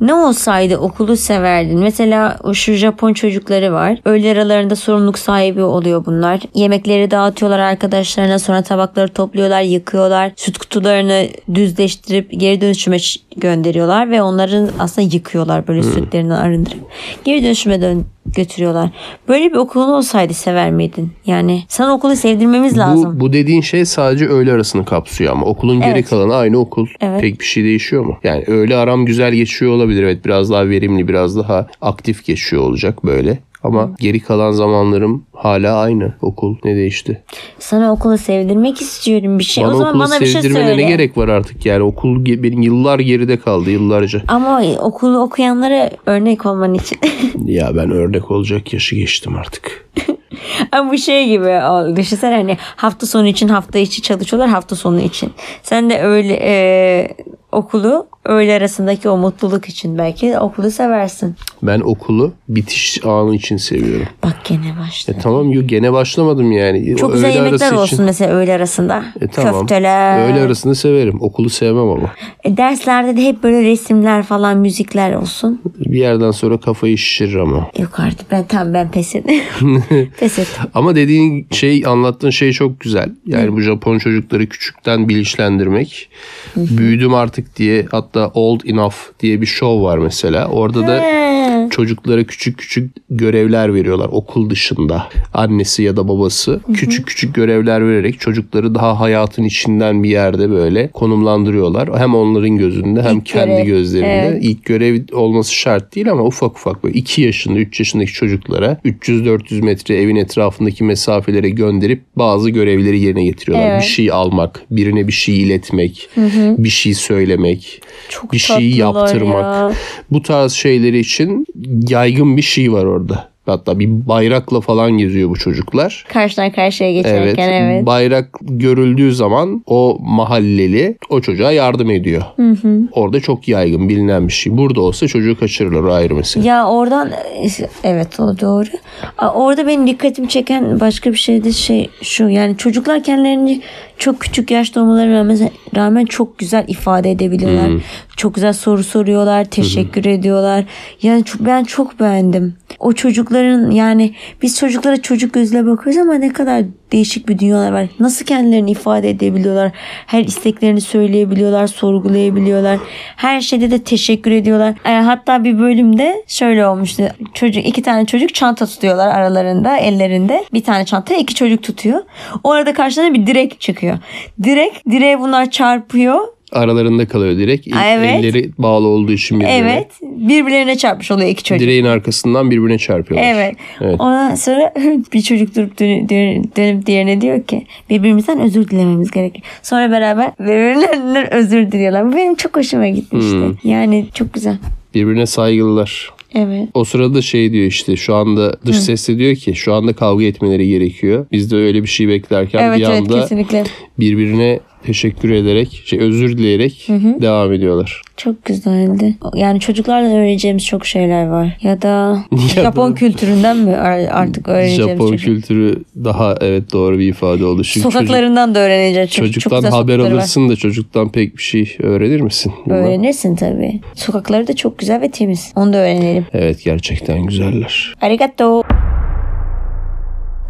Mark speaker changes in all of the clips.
Speaker 1: Ne olsaydı okulu severdin? Mesela o şu Japon çocukları var. Öğle aralarında sorumluluk sahibi oluyor bunlar. Yemekleri dağıtıyorlar arkadaşlarına sonra tabakları topluyorlar, yıkıyorlar. Süt kutularını düzleştirip geri dönüşüme ş- gönderiyorlar ve onların aslında yıkıyorlar
Speaker 2: Hmm.
Speaker 1: böyle sütlerinden arındırıp. Geri dönüşüme dön götürüyorlar. Böyle bir okulun olsaydı sever miydin? Yani sana okulu sevdirmemiz lazım.
Speaker 2: Bu, bu dediğin şey sadece öğle arasını kapsıyor ama okulun geri
Speaker 1: Evet.
Speaker 2: kalanı aynı okul.
Speaker 1: Evet.
Speaker 2: Pek bir şey değişiyor mu? Yani öğle aram güzel geçiyor olabilir. Evet biraz daha verimli, biraz daha aktif geçiyor olacak böyle. Ama geri kalan zamanlarım hala aynı. Okul ne değişti?
Speaker 1: Sana okulu sevdirmek istiyorum bir şey.
Speaker 2: bana
Speaker 1: o zaman
Speaker 2: okulu
Speaker 1: bana bir şey
Speaker 2: sevdirmene
Speaker 1: söyle.
Speaker 2: ne gerek var artık yani? Okul ge- benim yıllar geride kaldı yıllarca.
Speaker 1: Ama okulu okuyanlara örnek olman için.
Speaker 2: Ya ben örnek olacak yaşı geçtim artık.
Speaker 1: Ama bu şey gibi o, düşünsene hani hafta sonu için hafta içi çalışıyorlar hafta sonu için. Sen de öyle e, okulu öğle arasındaki o mutluluk için belki okulu seversin.
Speaker 2: Ben okulu bitiş anı için seviyorum.
Speaker 1: Bak gene başladı.
Speaker 2: E tamam yo gene başlamadım yani.
Speaker 1: Çok
Speaker 2: O
Speaker 1: güzel
Speaker 2: öğle
Speaker 1: yemekler
Speaker 2: arası
Speaker 1: olsun
Speaker 2: için-
Speaker 1: mesela öğle arasında.
Speaker 2: E tamam.
Speaker 1: Köfteler.
Speaker 2: Öğle arasını severim. Okulu sevmem ama.
Speaker 1: E, derslerde de hep böyle resimler falan müzikler olsun.
Speaker 2: Bir yerden sonra kafayı şişirir ama.
Speaker 1: Yok artık ben tam ben pes ettim. pes ettim.
Speaker 2: Ama dediğin şey anlattığın şey çok güzel. Yani bu Japon çocukları küçükten bilinçlendirmek. Büyüdüm artık diye hatta old enough diye bir show var mesela. Orada da
Speaker 1: He.
Speaker 2: çocuklara küçük küçük görevler veriyorlar okul dışında. Annesi ya da babası küçük küçük görevler vererek çocukları daha hayatın içinden bir yerde böyle konumlandırıyorlar. Hem onların gözünde hem
Speaker 1: İlk
Speaker 2: kendi
Speaker 1: görev,
Speaker 2: gözlerinde.
Speaker 1: evet.
Speaker 2: İlk görev olması şart değil ama ufak ufak böyle 2 yaşında 3 yaşındaki çocuklara 300-400 metre evin etrafındaki mesafelere gönderip bazı görevleri yerine getiriyorlar.
Speaker 1: Evet.
Speaker 2: Bir şey almak, birine bir şey iletmek, bir şey söylemek,
Speaker 1: Çok
Speaker 2: bir şeyi
Speaker 1: tatlılar
Speaker 2: yaptırmak.
Speaker 1: ya.
Speaker 2: Bu tarz şeyleri için yaygın bir şey var orada. Hatta bir bayrakla falan geziyor bu çocuklar.
Speaker 1: Karşıdan karşıya geçerken evet.
Speaker 2: Bayrak görüldüğü zaman o mahalleli o çocuğa yardım ediyor. Orada çok yaygın bilinen bir şey. Burada olsa çocuğu kaçırırlar o ayrı mesele.
Speaker 1: Ya oradan evet o doğru. Aa, Orada benim dikkatimi çeken başka bir şey de şey şu yani çocuklar kendilerini çok küçük yaşta olmalarına rağmen, rağmen çok güzel ifade edebiliyorlar. Çok güzel soru soruyorlar, teşekkür ediyorlar. Yani çok, ben çok beğendim. O çocukların yani biz çocuklara çocuk gözüyle bakıyoruz ama ne kadar değişik bir dünyalar var. Nasıl kendilerini ifade edebiliyorlar? Her isteklerini söyleyebiliyorlar, sorgulayabiliyorlar. Her şeyde de teşekkür ediyorlar. E, hatta bir bölümde şöyle olmuştu. Çocuk iki tane çocuk çanta tutuyorlar aralarında, ellerinde. Bir tane çanta iki çocuk tutuyor. O arada karşılarına bir direk çıkıyor. Direk, direğe bunlar çarpıyor.
Speaker 2: Aralarında kalıyor direkt.
Speaker 1: Aa, evet.
Speaker 2: Elleri bağlı olduğu için birbirine.
Speaker 1: Evet. Birbirlerine çarpmış oluyor iki çocuk.
Speaker 2: Direğin arkasından birbirine çarpıyorlar.
Speaker 1: Evet.
Speaker 2: Evet.
Speaker 1: Ondan sonra bir çocuk durup dönü- dönü- dönüp diğerine diyor ki birbirimizden özür dilememiz gerekir. Sonra beraber birbirlerinden özür diliyorlar. Bu benim çok hoşuma gitmişti.
Speaker 2: Hmm.
Speaker 1: Yani çok güzel.
Speaker 2: Birbirine saygılılar.
Speaker 1: Evet.
Speaker 2: O sırada şey diyor işte şu anda dış sesle diyor ki şu anda kavga etmeleri gerekiyor. Biz de öyle bir şey beklerken
Speaker 1: Evet
Speaker 2: bir
Speaker 1: evet
Speaker 2: anda
Speaker 1: kesinlikle.
Speaker 2: birbirine teşekkür ederek, şey özür dileyerek devam ediyorlar.
Speaker 1: Çok güzeldi. Yani çocuklardan öğreneceğimiz çok şeyler var. Ya da
Speaker 2: da-
Speaker 1: Japon kültüründen mi ar- artık öğreneceğimiz
Speaker 2: Japon
Speaker 1: çocuk-
Speaker 2: kültürü daha evet doğru bir ifade oldu. Çünkü çocuk-
Speaker 1: Sokaklarından da öğreneceğiz. Çünkü çok
Speaker 2: çocuktan
Speaker 1: güzel
Speaker 2: haber
Speaker 1: sokakları var.
Speaker 2: alırsın da çocuktan pek bir şey öğrenir misin? Bilmem.
Speaker 1: Öğrenirsin tabii. Sokakları da çok güzel ve temiz. Onu da öğrenelim.
Speaker 2: Evet gerçekten güzeller.
Speaker 1: Arigato.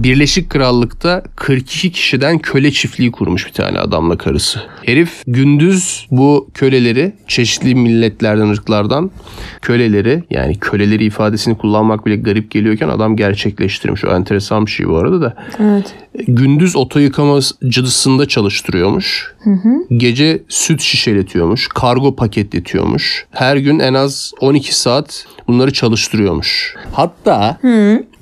Speaker 2: Birleşik Krallık'ta 42 kişiden köle çiftliği kurmuş bir tane adamla karısı. Herif gündüz bu köleleri çeşitli milletlerden, ırklardan köleleri yani köleleri ifadesini kullanmak bile garip geliyorken adam gerçekleştirmiş. O enteresan bir şey bu arada da.
Speaker 1: Evet.
Speaker 2: gündüz oto yıkamacısında çalıştırıyormuş. Gece süt şişeletiyormuş. Kargo paketletiyormuş. Her gün en az 12 saat bunları çalıştırıyormuş. Hatta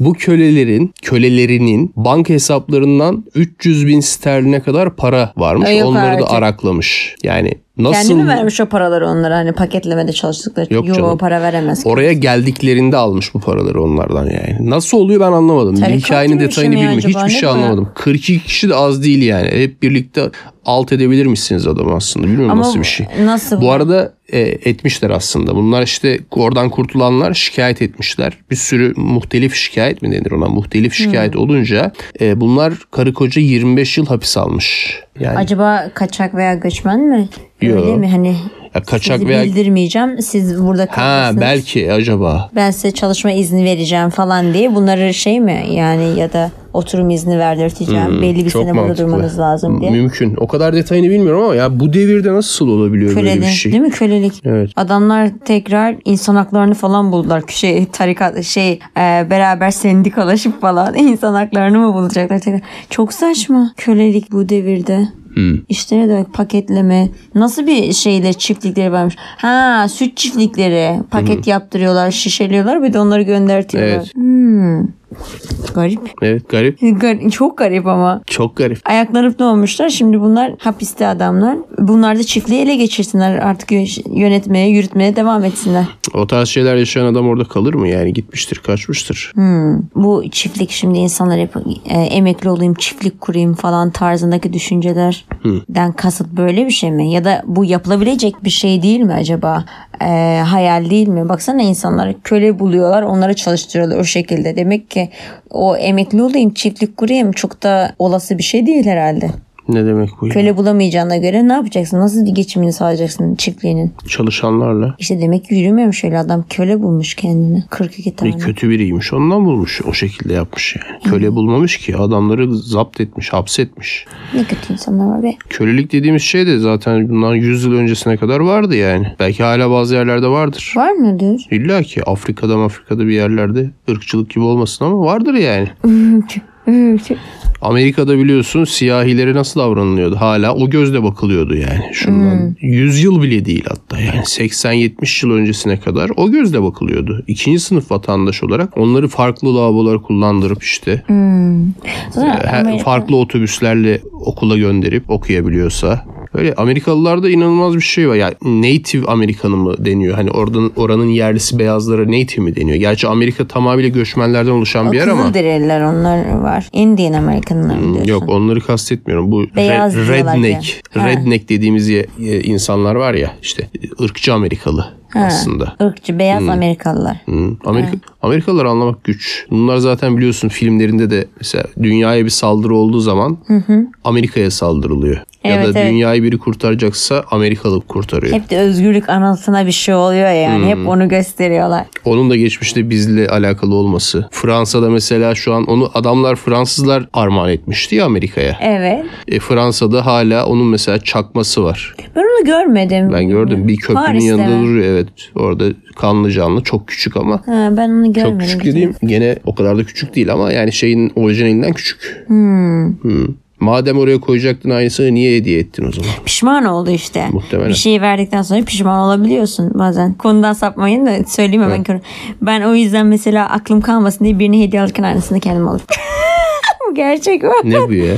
Speaker 2: bu kölelerin, kölelerinin banka hesaplarından 300 bin sterline kadar para varmış.
Speaker 1: Ay yok
Speaker 2: Onları
Speaker 1: artık.
Speaker 2: da araklamış. Yani
Speaker 1: Kendi
Speaker 2: nasıl...
Speaker 1: mi vermiş o paraları onlara hani paketlemede çalıştıkları?
Speaker 2: Yok
Speaker 1: Yok
Speaker 2: canım.
Speaker 1: para veremez.
Speaker 2: Oraya geldiklerinde almış bu paraları onlardan yani. Nasıl oluyor ben anlamadım.
Speaker 1: Tarikat
Speaker 2: Hikayenin
Speaker 1: gibi bir
Speaker 2: detayını
Speaker 1: şey mi
Speaker 2: bilmiyorum.
Speaker 1: acaba?
Speaker 2: Hiçbir
Speaker 1: Ne
Speaker 2: şey
Speaker 1: bu ya?
Speaker 2: anlamadım. 42 kişi de az değil yani. Hep birlikte alt edebilir misiniz adamı aslında? Bilmiyorum
Speaker 1: Ama
Speaker 2: nasıl bir şey.
Speaker 1: nasıl?
Speaker 2: Bu arada e, etmişler aslında. Bunlar işte oradan kurtulanlar şikayet etmişler. Bir sürü muhtelif şikayet mi denir ona? Muhtelif şikayet olunca e, bunlar karı koca 25 yıl hapis almış. Yani
Speaker 1: Acaba kaçak veya göçmen mi?
Speaker 2: Yo.
Speaker 1: Öyle mi hani?
Speaker 2: Ya kaçak
Speaker 1: Sizi
Speaker 2: veya...
Speaker 1: bildirmeyeceğim. Siz burada
Speaker 2: Ha
Speaker 1: kalırsınız.
Speaker 2: belki acaba.
Speaker 1: Ben size çalışma izni vereceğim falan diye bunları şey mi yani ya da oturum izni verdirteceğim. Belli bir
Speaker 2: Hmm, Çok
Speaker 1: sene burada
Speaker 2: mantıklı.
Speaker 1: durmanız lazım diye.
Speaker 2: Mümkün. O kadar detayını bilmiyorum ama ya bu devirde nasıl olabiliyor böyle
Speaker 1: Köleli,
Speaker 2: bir şey?
Speaker 1: değil mi kölelik?
Speaker 2: Evet.
Speaker 1: Adamlar tekrar insan haklarını falan buldular. Şey, tarikat şey e, beraber sendikalaşıp falan insan haklarını mı bulacaklar tekrar? Çok saçma kölelik bu devirde. İşte ne demek paketleme. Nasıl bir şeyler çiftlikleri varmış. Ha süt çiftlikleri paket yaptırıyorlar, şişeliyorlar bir de onları göndertiyorlar.
Speaker 2: Evet.
Speaker 1: Hmm. Garip.
Speaker 2: Evet garip.
Speaker 1: Gar- Çok garip ama.
Speaker 2: Çok garip.
Speaker 1: Ayaklanıp ne olmuşlar? Şimdi bunlar hapiste adamlar. Bunlar da çiftliği ele geçirsinler. Artık yö- yönetmeye, yürütmeye devam etsinler.
Speaker 2: O tarz şeyler yaşayan adam orada kalır mı? Yani gitmiştir, kaçmıştır.
Speaker 1: Hmm. Bu çiftlik şimdi insanlar hep e, emekli olayım, çiftlik kurayım falan tarzındaki düşüncelerden kasıt böyle bir şey mi? Ya da bu yapılabilecek bir şey değil mi acaba? E, hayal değil mi? Baksana insanlar köle buluyorlar, onları çalıştırıyorlar o şekilde. Demek ki o emekli olayım, çiftlik kurayım çok da olası bir şey değil herhalde.
Speaker 2: Ne demek bu? ya?
Speaker 1: Köle bulamayacağına göre ne yapacaksın? Nasıl geçimini sağlayacaksın çiftliğinin?
Speaker 2: Çalışanlarla.
Speaker 1: İşte demek ki yürümüyormuş öyle adam. Köle bulmuş kendini. 42 tane.
Speaker 2: E, kötü biriymiş ondan bulmuş. O şekilde yapmış yani. Köle bulmamış ki. Adamları zapt etmiş, hapsetmiş.
Speaker 1: Ne kötü insanlar var be.
Speaker 2: Kölelik dediğimiz şey de zaten bundan 100 yıl öncesine kadar vardı yani. Belki hala bazı yerlerde vardır.
Speaker 1: Var mıdır?
Speaker 2: İlla ki Afrika'da Afrika'da bir yerlerde ırkçılık gibi olmasın ama vardır yani. Amerika'da biliyorsun siyahilere nasıl davranılıyordu? Hala o gözle bakılıyordu yani. Şundan 100 yıl bile değil hatta yani 80-70 yıl öncesine kadar o gözle bakılıyordu. İkinci sınıf vatandaş olarak onları farklı lavabolara kullandırıp işte
Speaker 1: Zaten
Speaker 2: her-
Speaker 1: Amerika-
Speaker 2: farklı otobüslerle okula gönderip okuyabiliyorsa. Öyle Amerikalılarda inanılmaz bir şey var. Yani native Amerikanı mı deniyor? Hani oradan oranın yerlisi beyazlara native mi deniyor? Gerçi Amerika tamamıyla göçmenlerden oluşan bir yer ama. Hmm,
Speaker 1: Kızılderililer onlar var. Indian Amerikanlar mı diyorsun?
Speaker 2: Yok onları kastetmiyorum. Bu
Speaker 1: Beyaz
Speaker 2: re-
Speaker 1: diyorlar
Speaker 2: redneck.
Speaker 1: yani. Ha.
Speaker 2: Redneck dediğimiz ye- e, insanlar var ya işte e, ırkçı Amerikalı aslında.
Speaker 1: Irkçı beyaz
Speaker 2: Hmm.
Speaker 1: Amerikalılar.
Speaker 2: Hı. Amerika Amerikalılar anlamak güç. Bunlar zaten biliyorsun filmlerinde de mesela dünyaya bir saldırı olduğu zaman Amerika'ya saldırılıyor. ya
Speaker 1: Evet,
Speaker 2: da
Speaker 1: evet.
Speaker 2: dünyayı biri kurtaracaksa Amerikalı kurtarıyor.
Speaker 1: Hep de özgürlük anasına bir şey oluyor yani.
Speaker 2: Hmm.
Speaker 1: Hep onu gösteriyorlar.
Speaker 2: Onun da geçmişte bizle alakalı olması. Fransa'da mesela şu an onu adamlar Fransızlar armağan etmişti ya Amerika'ya.
Speaker 1: Evet.
Speaker 2: E, Fransa'da hala onun mesela çakması var.
Speaker 1: Ben onu görmedim.
Speaker 2: Ben gördüm bir köprünün
Speaker 1: Paris'te
Speaker 2: yanında
Speaker 1: mi?
Speaker 2: duruyor evet. Orada kanlı canlı çok küçük ama
Speaker 1: Ha, ben onu görmedim.
Speaker 2: çok küçük dediğim gene o kadar da küçük değil ama yani şeyin orijinalinden küçük.
Speaker 1: Hmm.
Speaker 2: Hı. Madem oraya koyacaktın aynısını niye hediye ettin o zaman?
Speaker 1: pişman oldu işte.
Speaker 2: Muhtemelen.
Speaker 1: Bir şeyi verdikten sonra pişman olabiliyorsun bazen. Konudan sapmayın da söyleyeyim hemen. konu- Ben o yüzden mesela aklım kalmasın diye birine hediye alırken aynısını kendim alırım. Bu gerçek o.
Speaker 2: Ne bu ya?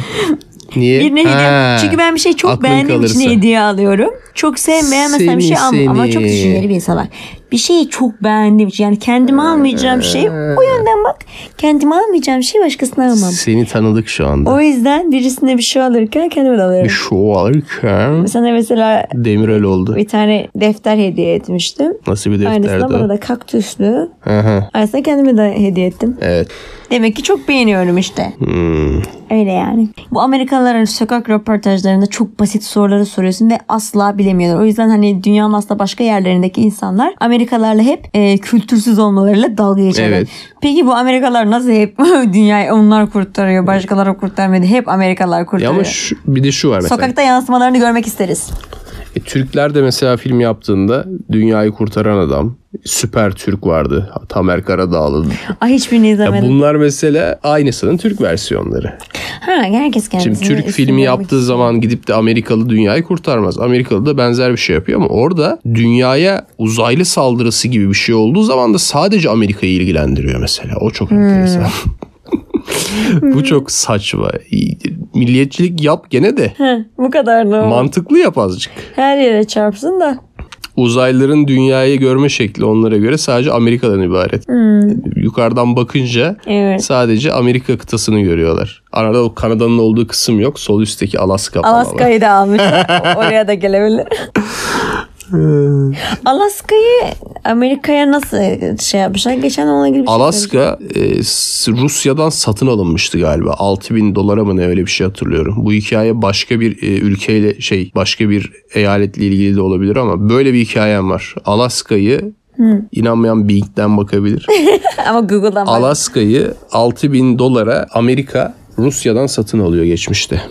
Speaker 2: Niye?
Speaker 1: Birine
Speaker 2: Ha.
Speaker 1: hediye. Çünkü ben bir şey çok
Speaker 2: Aklın
Speaker 1: beğendiğim için
Speaker 2: kalırsa.
Speaker 1: hediye alıyorum. Çok sevmeyen mesela bir
Speaker 2: Seni,
Speaker 1: şey almam ama
Speaker 2: seni.
Speaker 1: çok düşünceli bir insan var. Bir şeyi çok beğendiğim için yani kendime almayacağım şey o yönden bak. Kendime almayacağım şey başkasına almam.
Speaker 2: Seni tanıdık şu anda.
Speaker 1: O yüzden birisine bir şey alırken kendime de alıyorum.
Speaker 2: Şu alırken
Speaker 1: Sana mesela
Speaker 2: Demirel oldu.
Speaker 1: bir tane defter hediye etmiştim.
Speaker 2: Nasıl bir
Speaker 1: Aynısını
Speaker 2: defterdi
Speaker 1: bana
Speaker 2: o?
Speaker 1: da kaktüslü.
Speaker 2: Aha,
Speaker 1: Aynısını kendime de hediye ettim.
Speaker 2: evet.
Speaker 1: Demek ki çok beğeniyorum işte.
Speaker 2: Hmm.
Speaker 1: Öyle yani. Bu Amerikalıların sokak röportajlarında çok basit soruları soruyorsun ve asla bilemiyorlar. O yüzden hani dünyanın aslında başka yerlerindeki insanlar Amerikalılarla hep e, kültürsüz olmalarıyla dalga geçerler.
Speaker 2: Evet.
Speaker 1: Peki bu Amerikalılar nasıl hep dünyayı onlar kurtarıyor, başkaları kurtarmadı. Hep Amerikalılar
Speaker 2: Ya
Speaker 1: kurtarıyor.
Speaker 2: ama şu, bir de şu var mesela.
Speaker 1: Sokakta yansımalarını görmek isteriz.
Speaker 2: E, Türkler de mesela film yaptığında dünyayı kurtaran adam süper Türk vardı. Tamer Karadağlı.
Speaker 1: Ay hiçbirini
Speaker 2: Ya
Speaker 1: izlemedim.
Speaker 2: bunlar mesela aynısının Türk versiyonları.
Speaker 1: Ha, herkes kendisini
Speaker 2: Şimdi Türk
Speaker 1: üstün
Speaker 2: filmi
Speaker 1: görmek
Speaker 2: yaptığı zaman gidip de Amerikalı dünyayı kurtarmaz. Amerikalı da benzer bir şey yapıyor ama orada dünyaya uzaylı saldırısı gibi bir şey olduğu zaman da sadece Amerika'yı ilgilendiriyor mesela. O çok enteresan. Bu çok saçma. Milliyetçilik yap gene de
Speaker 1: Heh, bu kadar da o.
Speaker 2: mantıklı yap azıcık.
Speaker 1: Her yere çarpsın da.
Speaker 2: uzaylıların dünyayı görme şekli onlara göre sadece Amerika'dan ibaret. Yukarıdan bakınca
Speaker 1: Evet.
Speaker 2: sadece Amerika kıtasını görüyorlar. Arada o Kanada'nın olduğu kısım yok. Sol üstteki Alaska falan var.
Speaker 1: Alaska'yı da almış. Oraya da gelebilir. Alaska'yı Amerika'ya nasıl şey yapmışlar? Geçen ona ilgili bir şey
Speaker 2: Alaska e, s- Rusya'dan satın alınmıştı galiba. 6000 dolara mı ne öyle bir şey hatırlıyorum. Bu hikaye başka bir e, ülkeyle şey başka bir eyaletle ilgili de olabilir ama böyle bir hikayem var. Alaska'yı inanmayan Bing'den bakabilir.
Speaker 1: söylemiş. Ama Google'dan bak.
Speaker 2: Alaska'yı 6000 dolara Amerika Rusya'dan satın alıyor geçmişte.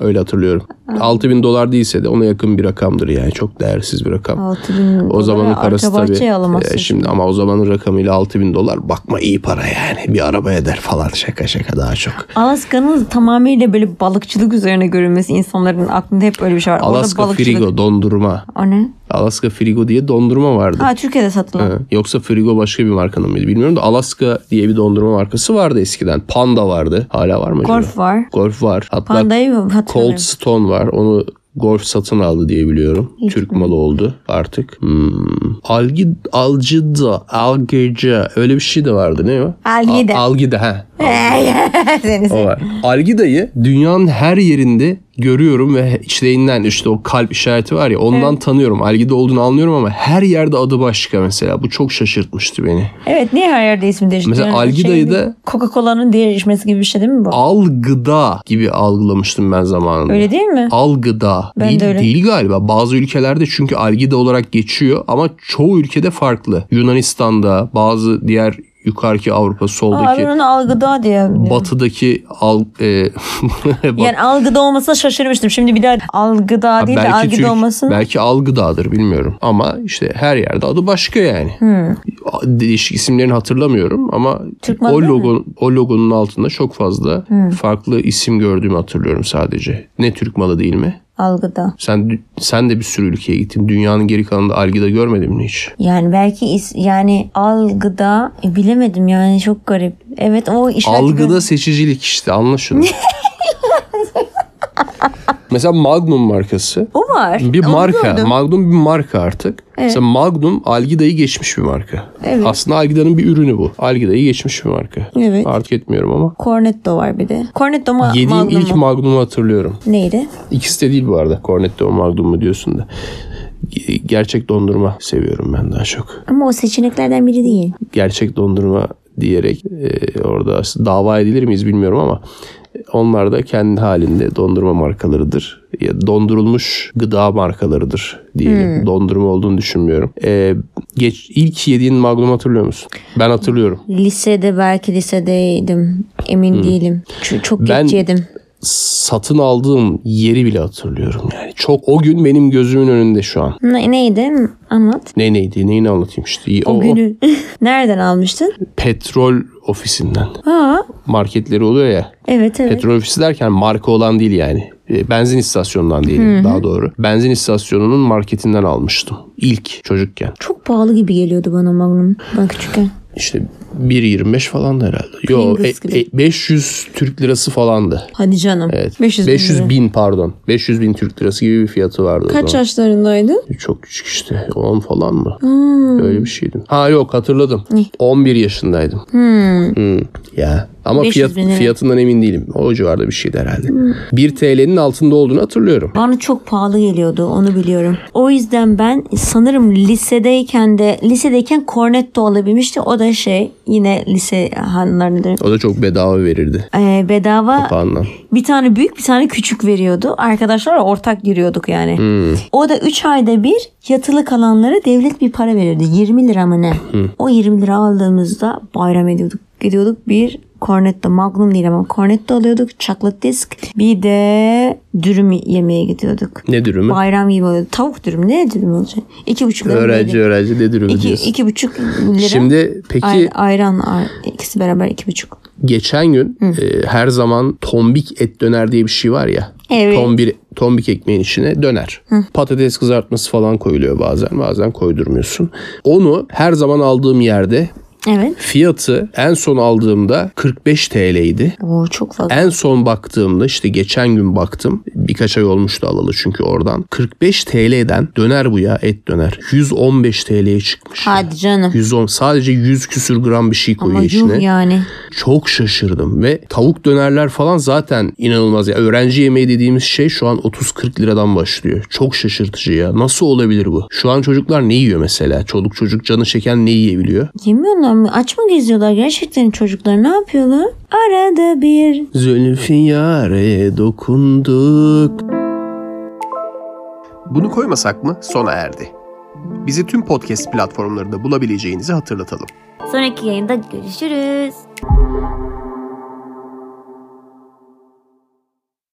Speaker 2: Öyle hatırlıyorum. 6000 dolar değilse de ona yakın bir rakamdır yani. Çok değersiz bir rakam.
Speaker 1: 6000
Speaker 2: o
Speaker 1: dolara
Speaker 2: zamanın
Speaker 1: arka
Speaker 2: parası tabii.
Speaker 1: bahçeye alamazsın.
Speaker 2: e, şimdi ama o zamanın rakamıyla 6000 dolar bakma iyi para yani. Bir araba eder falan şaka şaka daha çok.
Speaker 1: Alaska'nın tamamıyla böyle balıkçılık üzerine görülmesi insanların aklında hep öyle bir şey var. Orada
Speaker 2: Alaska
Speaker 1: balıkçılık-
Speaker 2: Frigo dondurma.
Speaker 1: O ne?
Speaker 2: Alaska Frigo diye dondurma vardı.
Speaker 1: Ha Türkiye'de satılan.
Speaker 2: Ha, Yoksa Frigo başka bir markanın mıydı bilmiyorum da Alaska diye bir dondurma markası vardı eskiden. Panda vardı. Hala var mı acaba?
Speaker 1: Golf var.
Speaker 2: Golf var. Hatta
Speaker 1: Pandayı mı hatırlamıyorum.
Speaker 2: Cold Stone var. Onu Golf satın aldı diye biliyorum. Türk malı oldu artık. Hmm. Algi, algıda, algıca öyle bir şey de vardı. Ne o?
Speaker 1: Algida.
Speaker 2: A- algida ha.
Speaker 1: Seni
Speaker 2: O var. Algida'yı dünyanın her yerinde görüyorum ve içlerinden işte o kalp işareti var ya ondan tanıyorum. Algida olduğunu anlıyorum ama her yerde adı başka mesela. Bu çok şaşırtmıştı beni.
Speaker 1: Evet niye her yerde ismi değiştiriyor?
Speaker 2: Mesela Algida'yı da-
Speaker 1: Coca-Cola'nın diğer içmesi gibi bir şey değil mi bu?
Speaker 2: Algıda gibi algılamıştım ben zamanında.
Speaker 1: Öyle değil mi?
Speaker 2: Algıda
Speaker 1: Ben
Speaker 2: değil,
Speaker 1: de öyle.
Speaker 2: değil galiba. Bazı ülkelerde çünkü algıda olarak geçiyor ama çoğu ülkede farklı. Yunanistan'da bazı diğer yukarıki Avrupa
Speaker 1: Aa,
Speaker 2: soldaki
Speaker 1: ben onu algıda diye.
Speaker 2: batıdaki al, e, bat-
Speaker 1: Yani algıda olmasa şaşırmıştım. Şimdi bir daha algıda değil de algıda
Speaker 2: Türk-
Speaker 1: olmasın.
Speaker 2: belki algıdadır bilmiyorum ama işte her yerde adı başka yani. Değişik isimlerini hatırlamıyorum ama
Speaker 1: Hmm. Türk malı
Speaker 2: o
Speaker 1: değil mi? Hmm.
Speaker 2: logo o logonun altında çok fazla farklı isim gördüğümü hatırlıyorum sadece. Ne Türk malı değil mi?
Speaker 1: Algıda.
Speaker 2: Sen sen de bir sürü ülkeye gittin. Dünyanın geri kalanında algıda görmedin mi hiç?
Speaker 1: Yani belki is, yani algıda e, bilemedim yani çok garip. Evet o işaret
Speaker 2: Algıda seçicilik işte anla şunu. Mesela Magnum markası.
Speaker 1: O var.
Speaker 2: Bir
Speaker 1: Onu
Speaker 2: marka.
Speaker 1: gördüm.
Speaker 2: Magnum bir marka artık. Mesela Magnum Algida'yı geçmiş bir marka.
Speaker 1: Evet.
Speaker 2: Aslında Algida'nın bir ürünü bu. Algida'yı geçmiş bir marka.
Speaker 1: Evet.
Speaker 2: Artık etmiyorum ama.
Speaker 1: Cornetto var bir de. Cornetto mu?
Speaker 2: Yediğim
Speaker 1: Magnum
Speaker 2: ilk
Speaker 1: mu?
Speaker 2: Magnum'u hatırlıyorum.
Speaker 1: Neydi?
Speaker 2: İkisi de değil bu arada. Cornetto Magnum mu diyorsun da. Ge- Gerçek dondurma seviyorum ben daha çok.
Speaker 1: Ama o seçeneklerden biri değil.
Speaker 2: Gerçek dondurma diyerek e, orada aslında dava edilir miyiz bilmiyorum ama onlar da kendi halinde dondurma markalarıdır. Ya dondurulmuş gıda markalarıdır diyelim. Dondurma olduğunu düşünmüyorum. E, geç ilk yediğin Magnum hatırlıyor musun? Ben hatırlıyorum.
Speaker 1: Lisede belki lisedeydim. Emin değilim. Ç- çok
Speaker 2: Hmm. Ben-
Speaker 1: geç yedim.
Speaker 2: Satın aldığım yeri bile hatırlıyorum yani. Çok o gün benim gözümün önünde şu an.
Speaker 1: Ne- neydi? Anlat.
Speaker 2: Ne neydi? Neyini anlatayım işte. O,
Speaker 1: O
Speaker 2: o
Speaker 1: günü. Nereden almıştın?
Speaker 2: petrol ofisinden.
Speaker 1: Ha,
Speaker 2: Marketleri oluyor ya.
Speaker 1: evet evet.
Speaker 2: Petrol ofisi derken marka olan değil yani. E, Benzin istasyonundan diyelim daha doğru. Benzin istasyonunun marketinden almıştım. İlk çocukken.
Speaker 1: Çok pahalı gibi geliyordu bana Magnum. Ben küçükken.
Speaker 2: İşte 1.25 falan herhalde. Yo
Speaker 1: Pringles
Speaker 2: e-
Speaker 1: gibi.
Speaker 2: e, 500 Türk lirası falandı.
Speaker 1: Hadi canım.
Speaker 2: Evet.
Speaker 1: 500 bin
Speaker 2: 500
Speaker 1: lira.
Speaker 2: bin pardon. 500 bin Türk lirası gibi bir fiyatı vardı o
Speaker 1: Kaç
Speaker 2: zaman. E,
Speaker 1: yaşlarındaydın?
Speaker 2: Çok küçük işte. 10 falan mı? Öyle bir şeydim. Ha yok hatırladım. 11 yaşındaydım. Hmm. Ya. Ama
Speaker 1: 500
Speaker 2: fiyat,
Speaker 1: bin lira.
Speaker 2: fiyatından emin değilim. O civarda bir şeydi herhalde. 1 TL'nin altında olduğunu hatırlıyorum.
Speaker 1: Bana çok pahalı geliyordu onu biliyorum. O yüzden ben sanırım lisedeyken de lisedeyken Cornetto alabilmişti. O da şey yine lise hanlarında
Speaker 2: O da çok bedava verirdi.
Speaker 1: Ee, bedava
Speaker 2: Kapağından.
Speaker 1: bir tane büyük bir tane küçük veriyordu. Arkadaşlarla ortak giriyorduk yani.
Speaker 2: Hmm.
Speaker 1: O da 3 ayda bir yatılı kalanlara devlet bir para verirdi. 20 lira mı ne?
Speaker 2: Hmm.
Speaker 1: O 20 lira aldığımızda bayram ediyorduk. Gidiyorduk bir Cornetto Magnum değil ama Cornetto alıyorduk. Chocolate disk. Bir de dürüm yemeye gidiyorduk.
Speaker 2: Ne dürümü?
Speaker 1: Bayram gibi oluyordu. Tavuk dürüm ne dürüm olacak? 2,5 lira.
Speaker 2: öğrenci öğrenci ne dürümü diyorsun.
Speaker 1: 2,5 lira.
Speaker 2: Şimdi peki
Speaker 1: Ay- ayran ay- ikisi beraber 2,5.
Speaker 2: geçen gün e, her zaman tombik et döner diye bir şey var ya.
Speaker 1: Evet.
Speaker 2: Tombir, tombik ekmeğin içine döner. Patates kızartması falan koyuluyor bazen. Bazen koydurmuyorsun. Onu her zaman aldığım yerde
Speaker 1: Evet.
Speaker 2: Fiyatı en son aldığımda 45 TL'ydi.
Speaker 1: Oo, çok fazla.
Speaker 2: En son baktığımda işte geçen gün baktım. Birkaç ay olmuştu alalı çünkü oradan. 45 TL'den döner bu ya et döner. 115 TL'ye çıkmış.
Speaker 1: Hadi canım.
Speaker 2: 110 sadece 100 küsür gram bir şey koyuyor
Speaker 1: Ama
Speaker 2: içine.
Speaker 1: yuh yani.
Speaker 2: Çok şaşırdım ve tavuk dönerler falan zaten inanılmaz. Ya öğrenci yemeği dediğimiz şey şu an 30-40 liradan başlıyor. Çok şaşırtıcı ya. Nasıl olabilir bu? Şu an çocuklar ne yiyor mesela? Çoluk çocuk canı çeken ne yiyebiliyor?
Speaker 1: Yemiyorlar mı? Aç mı geziyorlar gerçekten çocuklar? Ne yapıyorlar? Arada bir.
Speaker 2: Zülfiyare dokunduk. Bunu koymasak mı sona erdi. Bizi tüm podcast platformlarında bulabileceğinizi hatırlatalım.
Speaker 1: Sonraki yayında görüşürüz.